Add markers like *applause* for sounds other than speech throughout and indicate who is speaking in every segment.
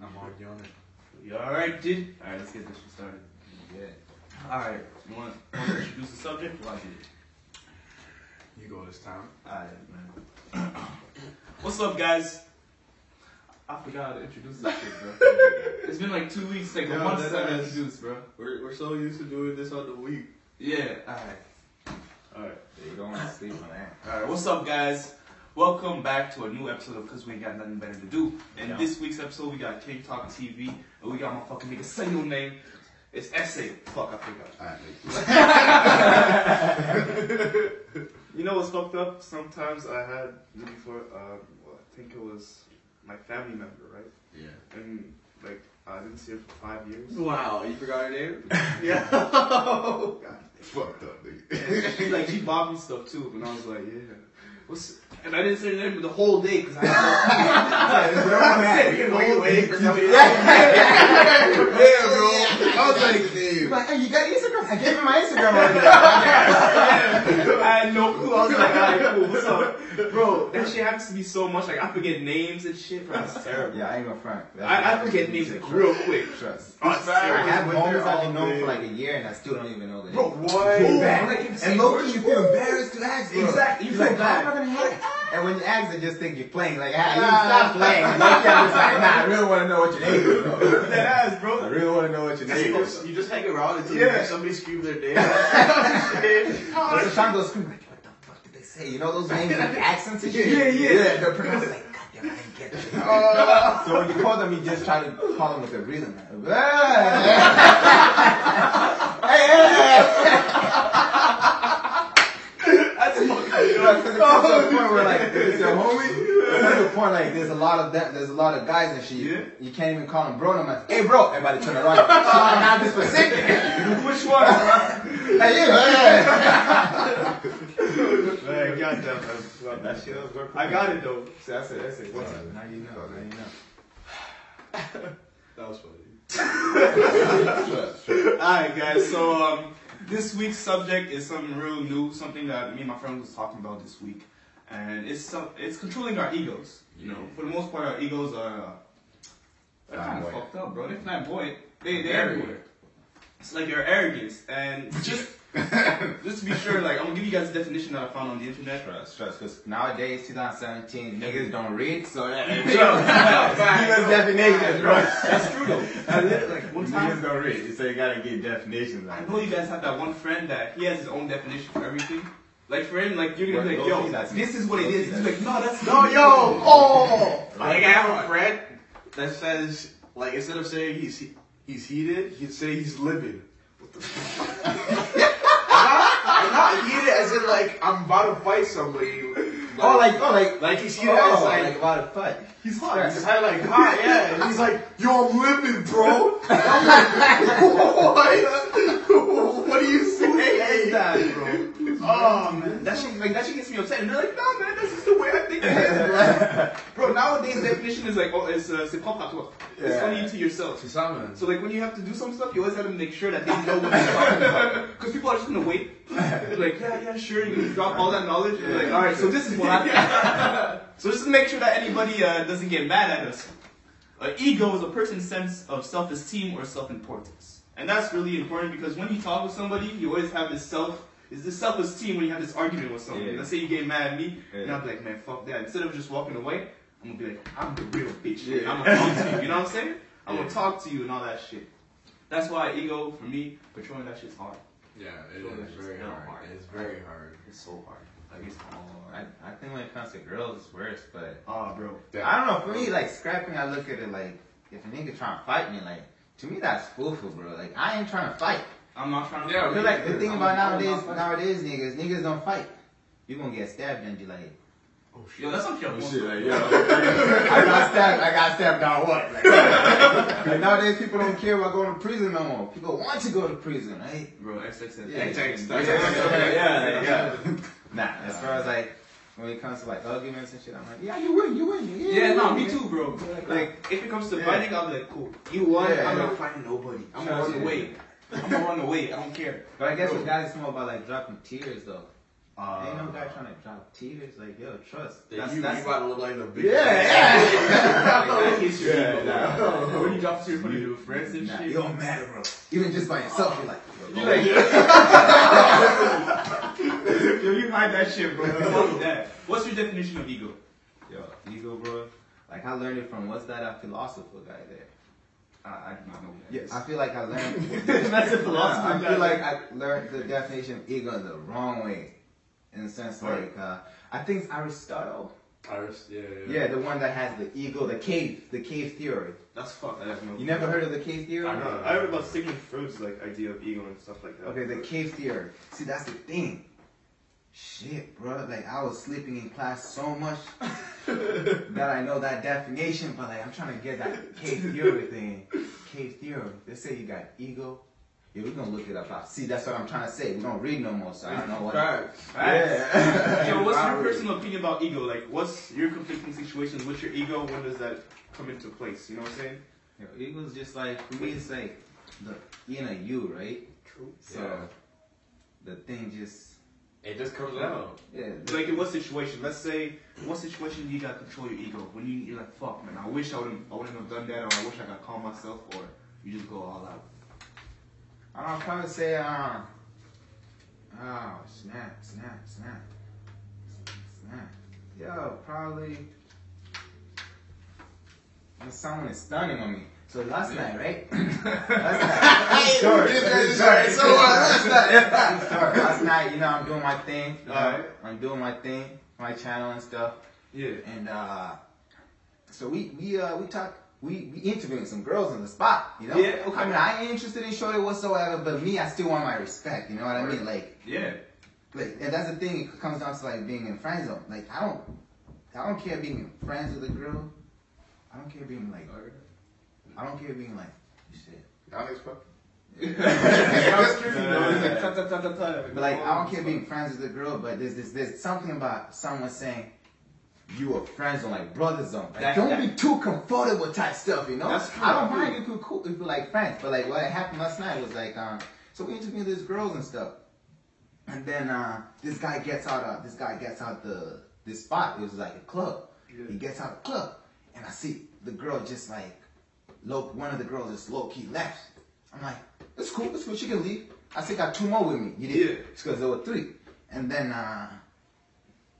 Speaker 1: I'm already on it.
Speaker 2: You alright, dude? Alright, let's get this shit started.
Speaker 1: Yeah.
Speaker 2: Alright, you want to introduce the subject? Well, I did.
Speaker 1: You go this time.
Speaker 2: Alright, man. What's up, guys? I forgot to introduce this shit, bro. It's been like two weeks, like
Speaker 3: Yeah,
Speaker 2: a month since
Speaker 3: that
Speaker 2: I
Speaker 3: is.
Speaker 2: introduced, bro.
Speaker 3: We're, we're so used to doing this on the week.
Speaker 2: Yeah, alright. Alright.
Speaker 1: You don't want to sleep on that.
Speaker 2: Alright, what's up, guys? Welcome back to a new episode of Cause We Ain't Got Nothing Better to Do. And
Speaker 1: Yeah.
Speaker 2: this week's episode, we got King Talk TV, and we got my fucking nigga single name. It's Essay. Fuck, I forgot.
Speaker 1: Alright,
Speaker 2: You know what's fucked up? Sometimes I had before, um, well, I think it was my family member, right?
Speaker 1: yeah.
Speaker 2: And like I didn't see her for five years.
Speaker 3: Wow, you forgot her name?
Speaker 2: *laughs* yeah.
Speaker 1: Fucked up,
Speaker 2: And she, like she bought me stuff too, and I was like, yeah. What's and I didn't say her name for the whole day because I had
Speaker 1: nigga.
Speaker 2: wait, wait,
Speaker 1: Yeah,
Speaker 2: wait.
Speaker 1: bro. I was like, damn.
Speaker 4: Like, hey, you got your Instagram? I gave him my Instagram already.
Speaker 2: *laughs* no, I had no clue. I was like, alright, cool, what's up, bro? That shit happens to me so much. Like I forget names and shit. Bro, that's terrible.
Speaker 4: yeah, I ain't gonna front. That's what
Speaker 2: I, I
Speaker 4: happens
Speaker 2: forget
Speaker 4: when
Speaker 2: names
Speaker 4: you
Speaker 2: like
Speaker 4: take
Speaker 2: real quick.
Speaker 4: Trust.
Speaker 2: Oh, it's
Speaker 3: Right.
Speaker 4: I
Speaker 2: terrible.
Speaker 4: have
Speaker 3: With
Speaker 4: moments
Speaker 3: their
Speaker 4: I've been
Speaker 3: own
Speaker 4: known for
Speaker 3: name.
Speaker 4: like a year and I still don't even know the
Speaker 2: Bro,
Speaker 4: name.
Speaker 2: what?
Speaker 4: Boom.
Speaker 2: Back.
Speaker 4: And low key, you feel embarrassed to ask. Bro.
Speaker 2: Exactly, you
Speaker 4: You
Speaker 2: feel
Speaker 4: like,
Speaker 2: bad.
Speaker 4: I'm not gonna know. And when you ask, they just think you're playing. Like, ah, you stop playing. And Like, yeah, it's like, nah, I really want to know what your name is. though.
Speaker 2: That ass, bro.
Speaker 4: I really want to know what your name
Speaker 3: you,
Speaker 4: is.
Speaker 3: just, you just hang around until
Speaker 2: Yeah.
Speaker 3: yeah. somebody screams their name. yeah,
Speaker 4: But sometimes they'll scream like, what the fuck did they say? You know those names with accents and shit?
Speaker 2: Yeah, yeah.
Speaker 4: they're pronounced like, God damn, I didn't get it. so when you call them, you just try to call them with a rhythm. *laughs* Like, "Ah." hey, hey, hey.
Speaker 2: *laughs* *laughs* That's fucking.
Speaker 4: You know, 'cause it comes
Speaker 2: Oh,
Speaker 4: to a point where like, if it's your homie, it comes to a point like, there's a lot of that, there's a lot of guys and shit.
Speaker 2: Yeah.
Speaker 4: You can't even call them bro no more. Hey bro, everybody turn around. So I'm not this for a second. Hey
Speaker 2: *laughs* Which one, bro?
Speaker 4: you, hey.
Speaker 2: Man, goddamn, that's-
Speaker 4: That shit was good.
Speaker 2: I got it though.
Speaker 4: See, that's it, that's it. Now you know, now you know.
Speaker 3: that was funny.
Speaker 2: Alright guys, so um, this week's subject is something real new, something that me and my friend was talking about this week, and it's some, it's controlling our egos. You know, for the most part, our egos are uh, they're kind of
Speaker 4: Flamboyant.
Speaker 2: fucked up, bro. They're flamboyant. They they
Speaker 4: Very.
Speaker 2: everywhere. It's like your arrogance, and
Speaker 4: *laughs*
Speaker 2: just just to be sure, like I'm gonna give you guys a definition that I found on the internet.
Speaker 4: Trust, trust, because nowadays, 2017, niggas don't read, so that
Speaker 2: *laughs*
Speaker 4: *laughs*
Speaker 2: That's
Speaker 4: definitions, bro.
Speaker 2: true though. I lit- like one time.
Speaker 4: Niggas don't read, so you gotta get definitions
Speaker 2: I
Speaker 4: out
Speaker 2: know you guys have that one friend that he has his own definition for everything. Like for him, like you're gonna be
Speaker 4: Bro,
Speaker 2: like,
Speaker 4: don't
Speaker 2: yo,
Speaker 4: do that to me.
Speaker 2: this is what it
Speaker 4: Don't
Speaker 2: is.
Speaker 4: do
Speaker 2: He's
Speaker 4: that
Speaker 2: like, no, that's
Speaker 3: No,
Speaker 2: not-
Speaker 3: yo, oh! Like, I have
Speaker 4: God.
Speaker 3: a friend that says, like, instead of saying he's he- he's heated, he'd say he's livid. What the fuck? *laughs* I'm, not, I'm not heated as in, like, I'm about to fight somebody.
Speaker 4: Oh, like, oh, like,
Speaker 3: like he's heated as,
Speaker 4: oh,
Speaker 3: like,
Speaker 4: like about a fight.
Speaker 3: He's hot. He's high like hot, yeah. And he's like, yo, I'm living, bro. I'm like, what? what do you say?
Speaker 2: that, bro. Oh man, that shit like that shit gets me upset. And they're like, no man, that's just the way I think it is.
Speaker 4: *laughs*
Speaker 2: Like, bro, nowadays definition is like, oh, it's uh, c'est propre à toi. It's
Speaker 4: Yeah.
Speaker 2: only you to yourself.
Speaker 3: Simon.
Speaker 2: So like when you have to do some stuff, you always have to make sure that they know what you're
Speaker 4: *laughs*
Speaker 2: talking about. Because people are just gonna wait. They're like, yeah, yeah, sure. And you drop all that knowledge. And you're like, all right, so this
Speaker 4: *laughs*
Speaker 2: is what happened. so just to make sure that anybody uh, doesn't get mad at us. Uh, ego is a person's sense of self-esteem or self-importance, and that's really important because when you talk with somebody, you always have this self. Is this self-esteem when you have this argument with somebody?
Speaker 4: Yeah.
Speaker 2: Let's say you get mad at me, and
Speaker 4: Yeah.
Speaker 2: I'm like, man, fuck that. Instead of just walking away, I'm gonna be like, I'm the real bitch.
Speaker 4: Yeah.
Speaker 2: I'm gonna talk to you. You know what
Speaker 4: *laughs*
Speaker 2: I'm saying? I'm gonna talk to you and all that shit. That's why ego for me, patrolling that shit's hard.
Speaker 1: Yeah, it is very hard. It's very hard.
Speaker 2: It's so hard. Like it's hard.
Speaker 4: I, I think when it comes to girls, it's worse, but
Speaker 2: Ah, bro.
Speaker 4: Oh, I don't know. For me, like scrapping, I look at it like if a nigga trying to fight me, like to me that's foolful, bro. Like I ain't trying to fight.
Speaker 2: I'm not trying to.
Speaker 1: Yeah,
Speaker 4: But like the thing about
Speaker 2: I'm not
Speaker 4: nowadays,
Speaker 2: fighting.
Speaker 4: nowadays niggas, niggas don't fight. You gonna get stabbed and you like, *laughs*
Speaker 3: Oh, shit.
Speaker 2: Yo, that's not your
Speaker 4: shit, like yo, I got stabbed, I got stabbed on what? Like, *laughs* but nowadays people don't care about going to prison no more. People want to go to prison, right?
Speaker 2: *laughs* Bro, XXX.
Speaker 4: Yeah.
Speaker 3: Yeah,
Speaker 4: yeah,
Speaker 3: yeah,
Speaker 4: yeah. Nah, as far as like when it comes to like arguments and shit, I'm like, yeah, you win, you win, yeah.
Speaker 2: Yeah,
Speaker 4: you
Speaker 2: no,
Speaker 4: win,
Speaker 2: me
Speaker 4: yeah.
Speaker 2: too, bro. Like, if it comes to
Speaker 4: Yeah.
Speaker 2: fighting, I'll be like, cool. You won,
Speaker 4: Yeah,
Speaker 2: I'm
Speaker 4: yeah.
Speaker 2: not fighting nobody. I'm gonna
Speaker 4: Trust
Speaker 2: run
Speaker 4: me.
Speaker 2: away. I'm gonna run away. I don't care.
Speaker 4: *laughs* But I guess
Speaker 2: Bro.
Speaker 4: with guys, it's more about like dropping tears though. Uh, Ain't no
Speaker 3: Uh,
Speaker 4: guy trying to drop tears. Like, yo, trust.
Speaker 3: that's, you, you about to look like the big
Speaker 2: Like, he's your
Speaker 3: Yeah,
Speaker 2: people.
Speaker 3: nah.
Speaker 2: When you drop to your funny dude, friends and
Speaker 4: Nah,
Speaker 2: shit.
Speaker 4: you don't matter, bro. Even just by yourself, you're like, yo, *laughs*
Speaker 2: You're like, yo, you hide that shit, bro. Fuck that. What's your definition of ego?
Speaker 4: yo, ego, bro. Like, I learned it from what's that uh, philosopher guy there?
Speaker 2: I, Uh, I do not know. That.
Speaker 4: I feel like I *laughs* learned.
Speaker 2: that's a philosophy.
Speaker 4: I feel like I learned the definition of ego the wrong way. In the sense, like, uh, I think it's Aristotle.
Speaker 3: Iris, yeah,
Speaker 4: Yeah, the one that has the ego, the cave, the cave theory.
Speaker 2: that's fucked. I don't know.
Speaker 4: You never heard of the cave theory?
Speaker 3: I know.
Speaker 5: I heard about Sigmund Freud's like idea of ego and stuff like that.
Speaker 4: Okay, the cave theory. See, that's the thing. Shit, bro. Like, I was sleeping in class so much that I know that definition, but like, I'm trying to get
Speaker 2: *laughs*
Speaker 4: that cave theory thing. Cave theory. They say you got ego. Yeah, we're gonna look it up. I- See, that's what I'm trying to say. We don't read no more, so I don't know what.
Speaker 3: Facts.
Speaker 4: Yeah.
Speaker 2: *laughs* Yo, what's
Speaker 4: *laughs*
Speaker 2: your
Speaker 3: Empowered.
Speaker 2: personal opinion about ego? Like, what's your conflicting situations? What's your ego? When does that come into place? You know what I'm saying?
Speaker 4: Yo, ego's just like for me, it's like the inner you, right?
Speaker 5: True.
Speaker 4: So
Speaker 3: Yeah.
Speaker 4: the thing just
Speaker 3: It just comes out.
Speaker 4: yeah.
Speaker 2: Like, in what situation? Let's say, what situation do you gotta control your ego? When you, you're like, fuck, man, I wish I wouldn't, I wouldn't have done that, or I wish I could calm myself, or you just go all out.
Speaker 4: I'll probably say um. Oh snap! Snap! Snap! Snap! Yo, probably when someone is stunning on me. So last night, right? last night. Sorry. Sorry.
Speaker 1: So
Speaker 2: uh,
Speaker 4: *laughs*
Speaker 1: what? Last
Speaker 4: night. Sorry. Last night, you know, I'm doing my thing. you know,
Speaker 2: Alright.
Speaker 4: I'm doing my thing, my channel and stuff.
Speaker 2: Yeah.
Speaker 4: And uh, so we we uh, we talk we we interviewing some girls on the spot, you know.
Speaker 2: Yeah, okay.
Speaker 4: I mean, I ain't interested in shorty whatsoever, but me, I still want my respect. You know what I mean? Like,
Speaker 2: Yeah.
Speaker 4: like, and that's the thing. It comes down to like being in friend zone. Like, I don't, I don't care being friends with a girl. I don't care being like, I don't care being like, shit.
Speaker 1: Y'all expect?
Speaker 4: But like, I don't care being friends with a girl, but there's this there's something about someone saying. You are friends on like brother zone. Like,
Speaker 2: That-
Speaker 4: don't
Speaker 2: that-
Speaker 4: be too comfortable type stuff, you know.
Speaker 2: That's true,
Speaker 4: I don't
Speaker 2: I
Speaker 4: mind if you're cool, if you're like friends, but like what happened last night was like, um, so we interviewed these girls and stuff, and then uh, this guy gets out, uh, this guy gets out the this spot. It was like a club. He gets out the club, and I see the girl just like low, one of the girls just low key left. I'm like, it's cool, it's cool, she can leave. I still got two more with me. You did?
Speaker 2: Yeah.
Speaker 4: Because there were three. And then, uh,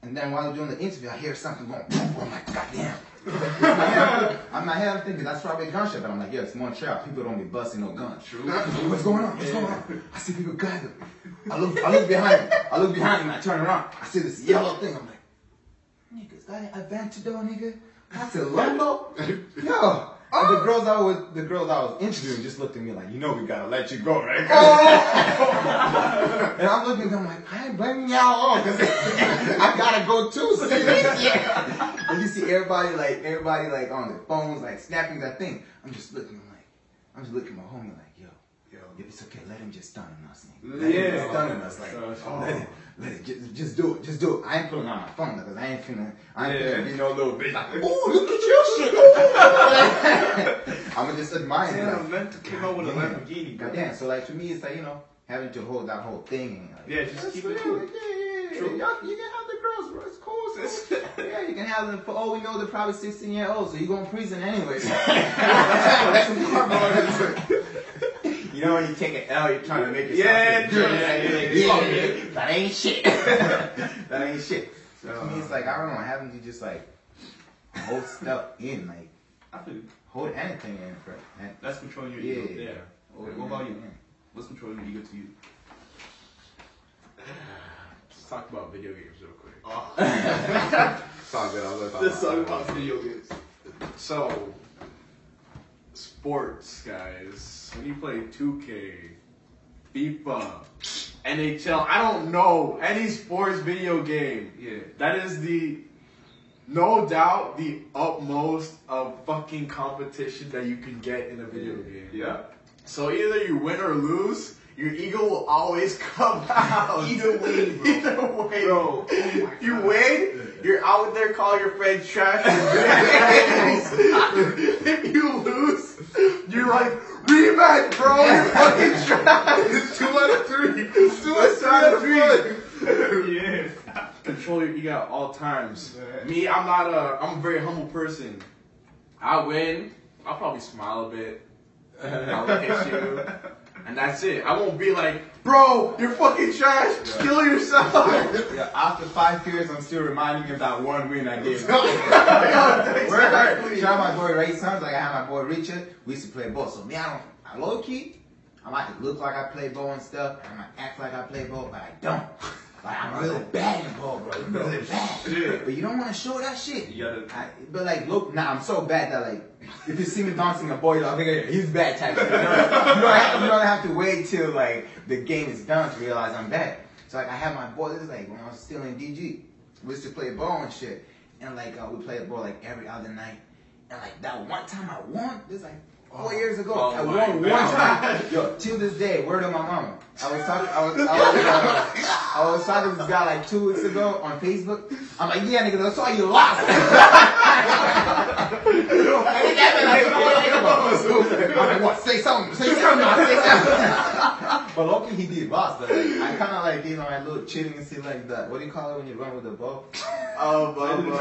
Speaker 4: and then while I'm doing the interview, I hear something going, boom, boom. I'm like, goddamn. I'm not here, I'm thinking that's probably a gunshot, but I'm like, yeah, it's Montreal. People don't be busting no guns. True. What's going on? What's going on? I see people gathered. I look, I look behind me. I look behind me. I turn around. I see this yellow thing. I'm like, Niggas, that ain't Aventador, nigga. That's *laughs* a Lambo. Oh. Yo. *laughs* And the girls I was the girls I was interviewing just looked at me like, you know we gotta let you go, right? *laughs* and I'm looking at them like, I ain't blaming y'all all because *laughs* I gotta go too soon. *laughs* and you see everybody like everybody like on their phones, like snapping that thing. I'm just looking, I'm like, I'm just looking at my homie like, yo, yo, it's okay, let him just stun on us, nigga. Let him just
Speaker 2: Yeah.
Speaker 4: stun on us, like, let it, let it, just, just do it, just do it. I ain't pulling out my phone because I ain't finna, I ain't finna be no little bitch like,
Speaker 2: *laughs*
Speaker 4: ooh, look at your shit. *laughs* I'ma just admire him.
Speaker 2: Damn,
Speaker 4: Like,
Speaker 2: man, came out with a
Speaker 4: Goddamn.
Speaker 2: Lamborghini, bro.
Speaker 4: Goddamn. So like to me, it's like you know having to hold that whole thing. And, like,
Speaker 2: Yeah, just keep it
Speaker 4: yeah,
Speaker 2: cool.
Speaker 4: like, yeah, yeah, yeah. Y'all, you can have the girls, bro. It's
Speaker 2: *laughs*
Speaker 4: cool. So, yeah, you can have them. For all we know, they're probably 16 year olds, so you going to prison
Speaker 2: *laughs*
Speaker 4: anyway. *laughs* you know when you take an L, you're trying to make yourself
Speaker 2: Yeah,
Speaker 4: look
Speaker 2: true.
Speaker 4: good.
Speaker 2: Yeah,
Speaker 4: You're like,
Speaker 2: yeah,
Speaker 4: yeah,
Speaker 2: yeah.
Speaker 4: yeah, That ain't shit. *laughs* that ain't shit. So uh, to me, it's like I don't know having to just like hold stuff in, like
Speaker 2: I feel you.
Speaker 4: hold anything in for. and-
Speaker 2: That's controlling your
Speaker 4: Yeah.
Speaker 2: ego.
Speaker 4: yeah.
Speaker 2: What about you? What's controlling your ego to you?
Speaker 3: Let's talk about video games real quick.
Speaker 1: It's all good. I was like,
Speaker 2: Let's talk about video games.
Speaker 3: So, sports, guys. When you play 2K, FIFA, NHL, I don't know any sports video game.
Speaker 2: Yeah.
Speaker 3: That is the, no doubt, the utmost of fucking competition that you can get in a video game.
Speaker 2: Yeah.
Speaker 3: So either you win or lose, your ego will always *laughs* come out. Either *laughs* way, bro. Either way, bro. Oh you win, you're out there calling your friends *laughs* trash. if you lose, you're like rematch, bro. *laughs* You're fucking trash.
Speaker 1: It's two out of three. It's two out of three.
Speaker 2: *laughs*
Speaker 3: three.
Speaker 2: Yeah.
Speaker 3: *laughs* control your ego at all times. Me, I'm not a. I'm a very humble person. I win. I'll probably smile a bit. I'll look at you, and that's it. I won't be like, bro, you're fucking trash. Kill *laughs* yourself.
Speaker 4: Yeah, after five years, I'm still reminding him that one win I
Speaker 3: *laughs*
Speaker 4: gave. him. Where
Speaker 3: exactly.
Speaker 4: I Shout out my boy Ray Sons, like I had my boy Richard. We used to play ball. So me, I don't, I low key, I like to look like I play ball and stuff, and I might act like I play ball, but I don't. Like I'm really bad in ball, bro. I'm really bad. But you don't want to show that shit.
Speaker 5: You gotta-
Speaker 4: I, but like, look, nah, I'm so bad that like, if you see me bouncing a ball, you're like, "Okay, he's bad type. Shit. You don't, you don't have, you don't have to wait till like the game is done to realize I'm bad. So like, I had my boy. This is like when I was still in DG. We used to play ball and shit, and like uh, we played ball like every other night. And like that one time I won, this like four years ago.
Speaker 3: Oh
Speaker 4: I
Speaker 3: my
Speaker 4: won one
Speaker 3: God.
Speaker 4: time. Yo, till this day, word of my mama. I was talking, I was, I was, uh, I was talking to this guy like two weeks ago on Facebook. I'm like, yeah, nigga, that's all you lost. *laughs* I think that man, like, I'm like, what? Say something. Say something. I'll say something. *laughs* but luckily he did lost. But like, I kind of like did my little cheating and shit like that. What do you call it when you run with the ball?
Speaker 3: Oh, but,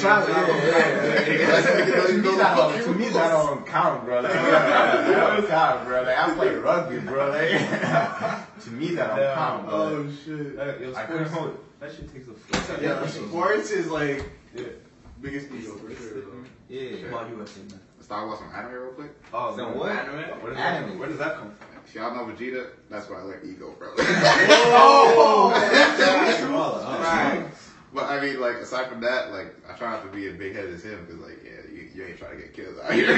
Speaker 4: Travel, yeah, yeah, yeah. to me, that don't, to me, that don't count, bro. *laughs* Like, that don't count, bro. Like, I play rugby, bro. Like, *laughs* to me, that don't count, bro.
Speaker 5: Um,
Speaker 3: oh shit.
Speaker 5: That, yo,
Speaker 4: I couldn't
Speaker 5: sports-
Speaker 4: hold
Speaker 5: that shit takes the fuck out
Speaker 3: Yeah,
Speaker 4: Yeah.
Speaker 3: sports is like biggest ego for sure. though.
Speaker 4: Yeah.
Speaker 5: Come on, you USA, man.
Speaker 1: Star Wars from anime real quick.
Speaker 5: Oh,
Speaker 4: So
Speaker 5: man.
Speaker 4: what?
Speaker 5: Where does,
Speaker 4: Anime.
Speaker 5: that, where does that come from?
Speaker 1: If y'all know Vegeta, that's why I like ego,
Speaker 3: *laughs*
Speaker 1: bro.
Speaker 4: *laughs* Right.
Speaker 1: but I mean, like aside from that, like I try not to be as big headed as him because, like, yeah, you, you ain't trying to get killed out here.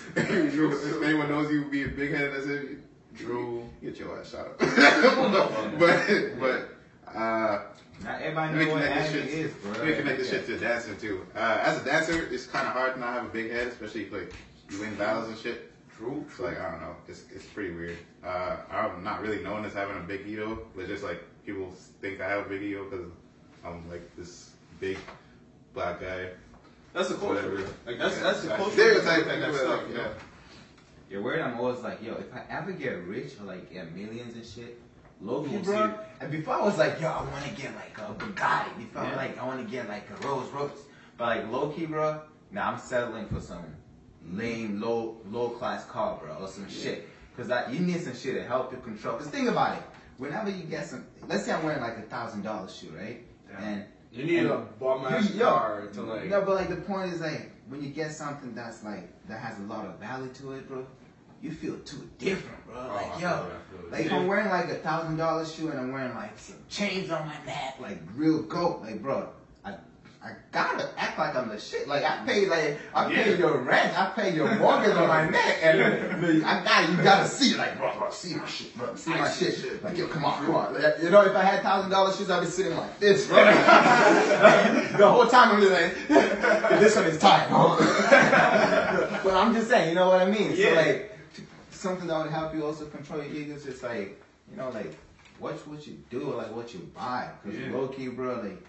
Speaker 1: *laughs* if anyone knows you being big headed as him, you,
Speaker 5: True.
Speaker 1: Get your ass shot up. *laughs* but but uh,
Speaker 4: Not
Speaker 1: let
Speaker 4: everybody
Speaker 1: me
Speaker 4: knows what
Speaker 1: connect this
Speaker 4: anime
Speaker 1: shit.
Speaker 4: is, bro.
Speaker 1: let me connect this shit to dancing too. Uh, as a dancer, it's kind of hard to not have a big head, especially if, like you win battles and shit.
Speaker 5: True.
Speaker 1: So like I don't know, it's it's pretty weird. Uh, I'm not really known as having a big ego, but just like people think I have a big ego because I'm like this big black guy.
Speaker 2: That's the culture.
Speaker 1: Whatever.
Speaker 2: Like that's that's the culture.
Speaker 1: Stereotype
Speaker 2: Like,
Speaker 1: and
Speaker 2: that's
Speaker 1: stuff.
Speaker 2: stuff, you
Speaker 1: Yeah.
Speaker 2: know?
Speaker 4: Your word, I'm always like, yo, if I ever get rich or like get millions and shit, Logan will see
Speaker 2: bro.
Speaker 4: it. And before I was like, yo, I want to get like a Bugatti. Before I'm
Speaker 5: Yeah.
Speaker 4: like, I want to get like a Rolls Royce. But like low key, bro, now I'm settling for some lame, low, low class car, bro, or some shit. Cause that you need some shit to help you control. Cause think about it. Whenever you get some, let's say I'm wearing like a thousand dollar shoe, right? And
Speaker 3: You need a bum ass
Speaker 4: Yo,
Speaker 3: car to like.
Speaker 4: no, but like the point is like when you get something that's like that has a lot of value to it, bro, you feel too different, bro.
Speaker 1: Oh, I
Speaker 4: like
Speaker 1: feel
Speaker 4: yo,
Speaker 1: that, I feel that.
Speaker 4: like if I'm wearing like a thousand dollar shoe and I'm wearing like some chains on my neck, like real gold, like bro, I I gotta act like I'm the shit. Like I pay like I pay your rent, I pay your mortgage on my neck, and like, I got you gotta see like bro, bro, see my shit, bro, see my shit. Like yo, come on, come on. Like, you know, if I had thousand dollar shoes, I'd be sitting like this, *laughs* bro. the whole time I'm just like, *laughs* this one is tight, bro. *laughs* but I'm just saying, you know what I mean? So
Speaker 5: Yeah.
Speaker 4: like something that would help you also control your ego is just like, you know, like watch what you do, like what you buy, because
Speaker 5: Yeah.
Speaker 4: low key, bro, like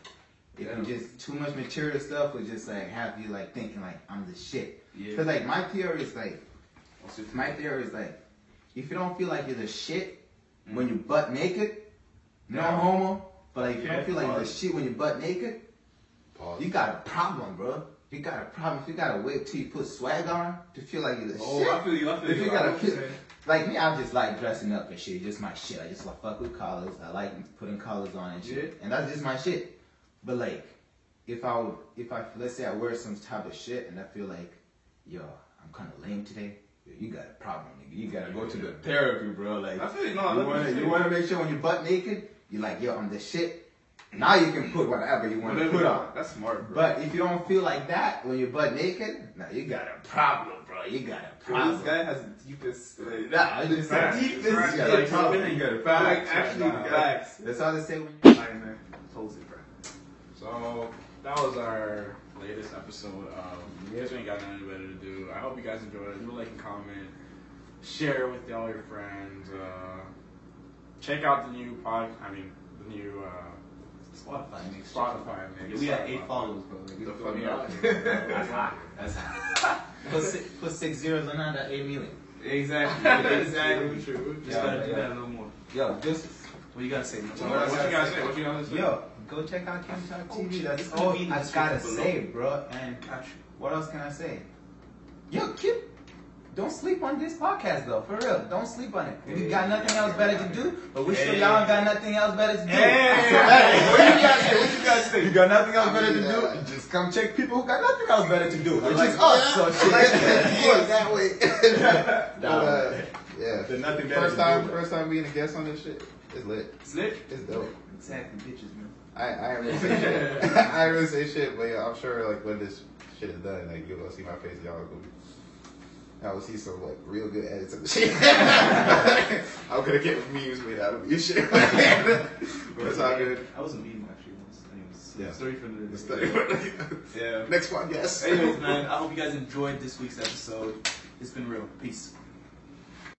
Speaker 4: if you just too much material stuff would just like have you like thinking like I'm the shit.
Speaker 5: Yeah.
Speaker 4: Because like my theory is like,
Speaker 5: What's your-
Speaker 4: my theory is like, if you don't feel like you're the shit
Speaker 5: Mm.
Speaker 4: when you butt naked, no
Speaker 5: Yeah.
Speaker 4: homo, but like if you
Speaker 5: Yeah,
Speaker 4: don't feel like you're the
Speaker 5: pause.
Speaker 4: shit when you butt naked,
Speaker 1: Pause.
Speaker 4: you got a problem, bro. You got a problem. If you gotta wait till you put swag on to feel like you're the
Speaker 2: Oh,
Speaker 4: shit.
Speaker 2: I feel you. I feel
Speaker 4: If
Speaker 2: you.
Speaker 4: you
Speaker 2: I
Speaker 4: got
Speaker 2: know
Speaker 4: a
Speaker 2: what you're
Speaker 4: kid,
Speaker 2: saying.
Speaker 4: like me, I just like dressing up and shit. Just my shit. I just like fuck with collars. I like putting collars on and shit. And that's just my shit. But like, if I would, if I let's say I wear some type of shit and I feel like, yo, I'm kind of lame today. Yo, you got a problem, nigga. You gotta go to the therapy, bro. Like,
Speaker 2: I feel you. No, I
Speaker 4: you
Speaker 2: love
Speaker 4: wanna,
Speaker 2: what you're
Speaker 4: you wanna make sure when you butt naked, you're like, yo, I'm the shit. Now you can put whatever you want to put on.
Speaker 5: That's smart, bro.
Speaker 4: But if you don't feel like that when you're butt naked, now you got a problem, bro. You got a
Speaker 2: saying.
Speaker 4: problem.
Speaker 2: This guy has the deepest. Like,
Speaker 4: Nah, I just
Speaker 2: Facts.
Speaker 4: said,
Speaker 2: This
Speaker 4: you
Speaker 2: is
Speaker 4: got
Speaker 2: good.
Speaker 4: a problem. You got a problem.
Speaker 2: like actually
Speaker 5: nah.
Speaker 2: facts.
Speaker 4: That's all they say when
Speaker 5: All
Speaker 4: you
Speaker 5: right, man. Totally, bro.
Speaker 3: So that was our latest episode. Um, you guys ain't got nothing better to do. I hope you guys enjoyed it. Do like and comment, share with all your friends. Uh, check out the new pod. I mean, the new uh,
Speaker 4: Spotify niggas.
Speaker 3: Spotify. Mix.
Speaker 2: We had eight followers, bro. Like, we
Speaker 1: The
Speaker 2: feel
Speaker 1: fuck
Speaker 2: me
Speaker 1: up.
Speaker 2: *laughs* out.
Speaker 4: That's hot. That's hot. Put six, put six zeros on that, that eight million.
Speaker 2: Exactly. *laughs* Exactly. True.
Speaker 5: Just gotta do that a little more.
Speaker 4: Yo, just
Speaker 5: What you gotta say?
Speaker 3: What, what you guys say? What you guys say?
Speaker 4: yo, Go check out Kim Talk
Speaker 2: Oh,
Speaker 4: TV.
Speaker 2: shit,
Speaker 4: That's
Speaker 2: it's
Speaker 4: all
Speaker 2: gonna be in the
Speaker 4: I gotta
Speaker 2: description
Speaker 4: say, bro. And
Speaker 2: Gotcha.
Speaker 4: what else can I say? Yo, Kim, don't sleep on this podcast though. For real, don't sleep on it. If you got nothing else better to do, but we sure y'all got nothing else better to do.
Speaker 2: Hey, what you guys say? What you guys
Speaker 4: You
Speaker 2: say?
Speaker 4: got nothing else
Speaker 5: I
Speaker 4: better
Speaker 5: mean,
Speaker 4: to
Speaker 5: yeah.
Speaker 4: do? Just come check people who got nothing else better to do, which
Speaker 5: Like,
Speaker 4: is us.
Speaker 5: yeah,
Speaker 4: So shit.
Speaker 5: like,
Speaker 4: *laughs*
Speaker 1: *laughs*
Speaker 5: yeah, that way. but, uh, yeah.
Speaker 4: There's nothing better
Speaker 1: First
Speaker 4: to
Speaker 1: time,
Speaker 4: do.
Speaker 1: first time being a guest on this shit. It's lit.
Speaker 2: Snitch?
Speaker 1: It's dope.
Speaker 4: Exactly, bitches, man.
Speaker 1: I, I ain't really say
Speaker 4: *laughs*
Speaker 1: shit. *laughs* I ain't really say shit, but yeah, I'm sure like when this shit is done, like you'll see my face, y'all gonna be. I will see some like real good edits of the shit. *laughs* I'm gonna get memes made out of your shit. *laughs* but it's all good.
Speaker 2: I was in a meeting actually once. Anyways,
Speaker 1: Yeah.
Speaker 2: story for the
Speaker 1: It's like-
Speaker 2: *laughs* Yeah.
Speaker 1: *laughs* Next one, yes.
Speaker 2: Anyways, man, I hope you guys enjoyed this week's episode. It's been real. Peace.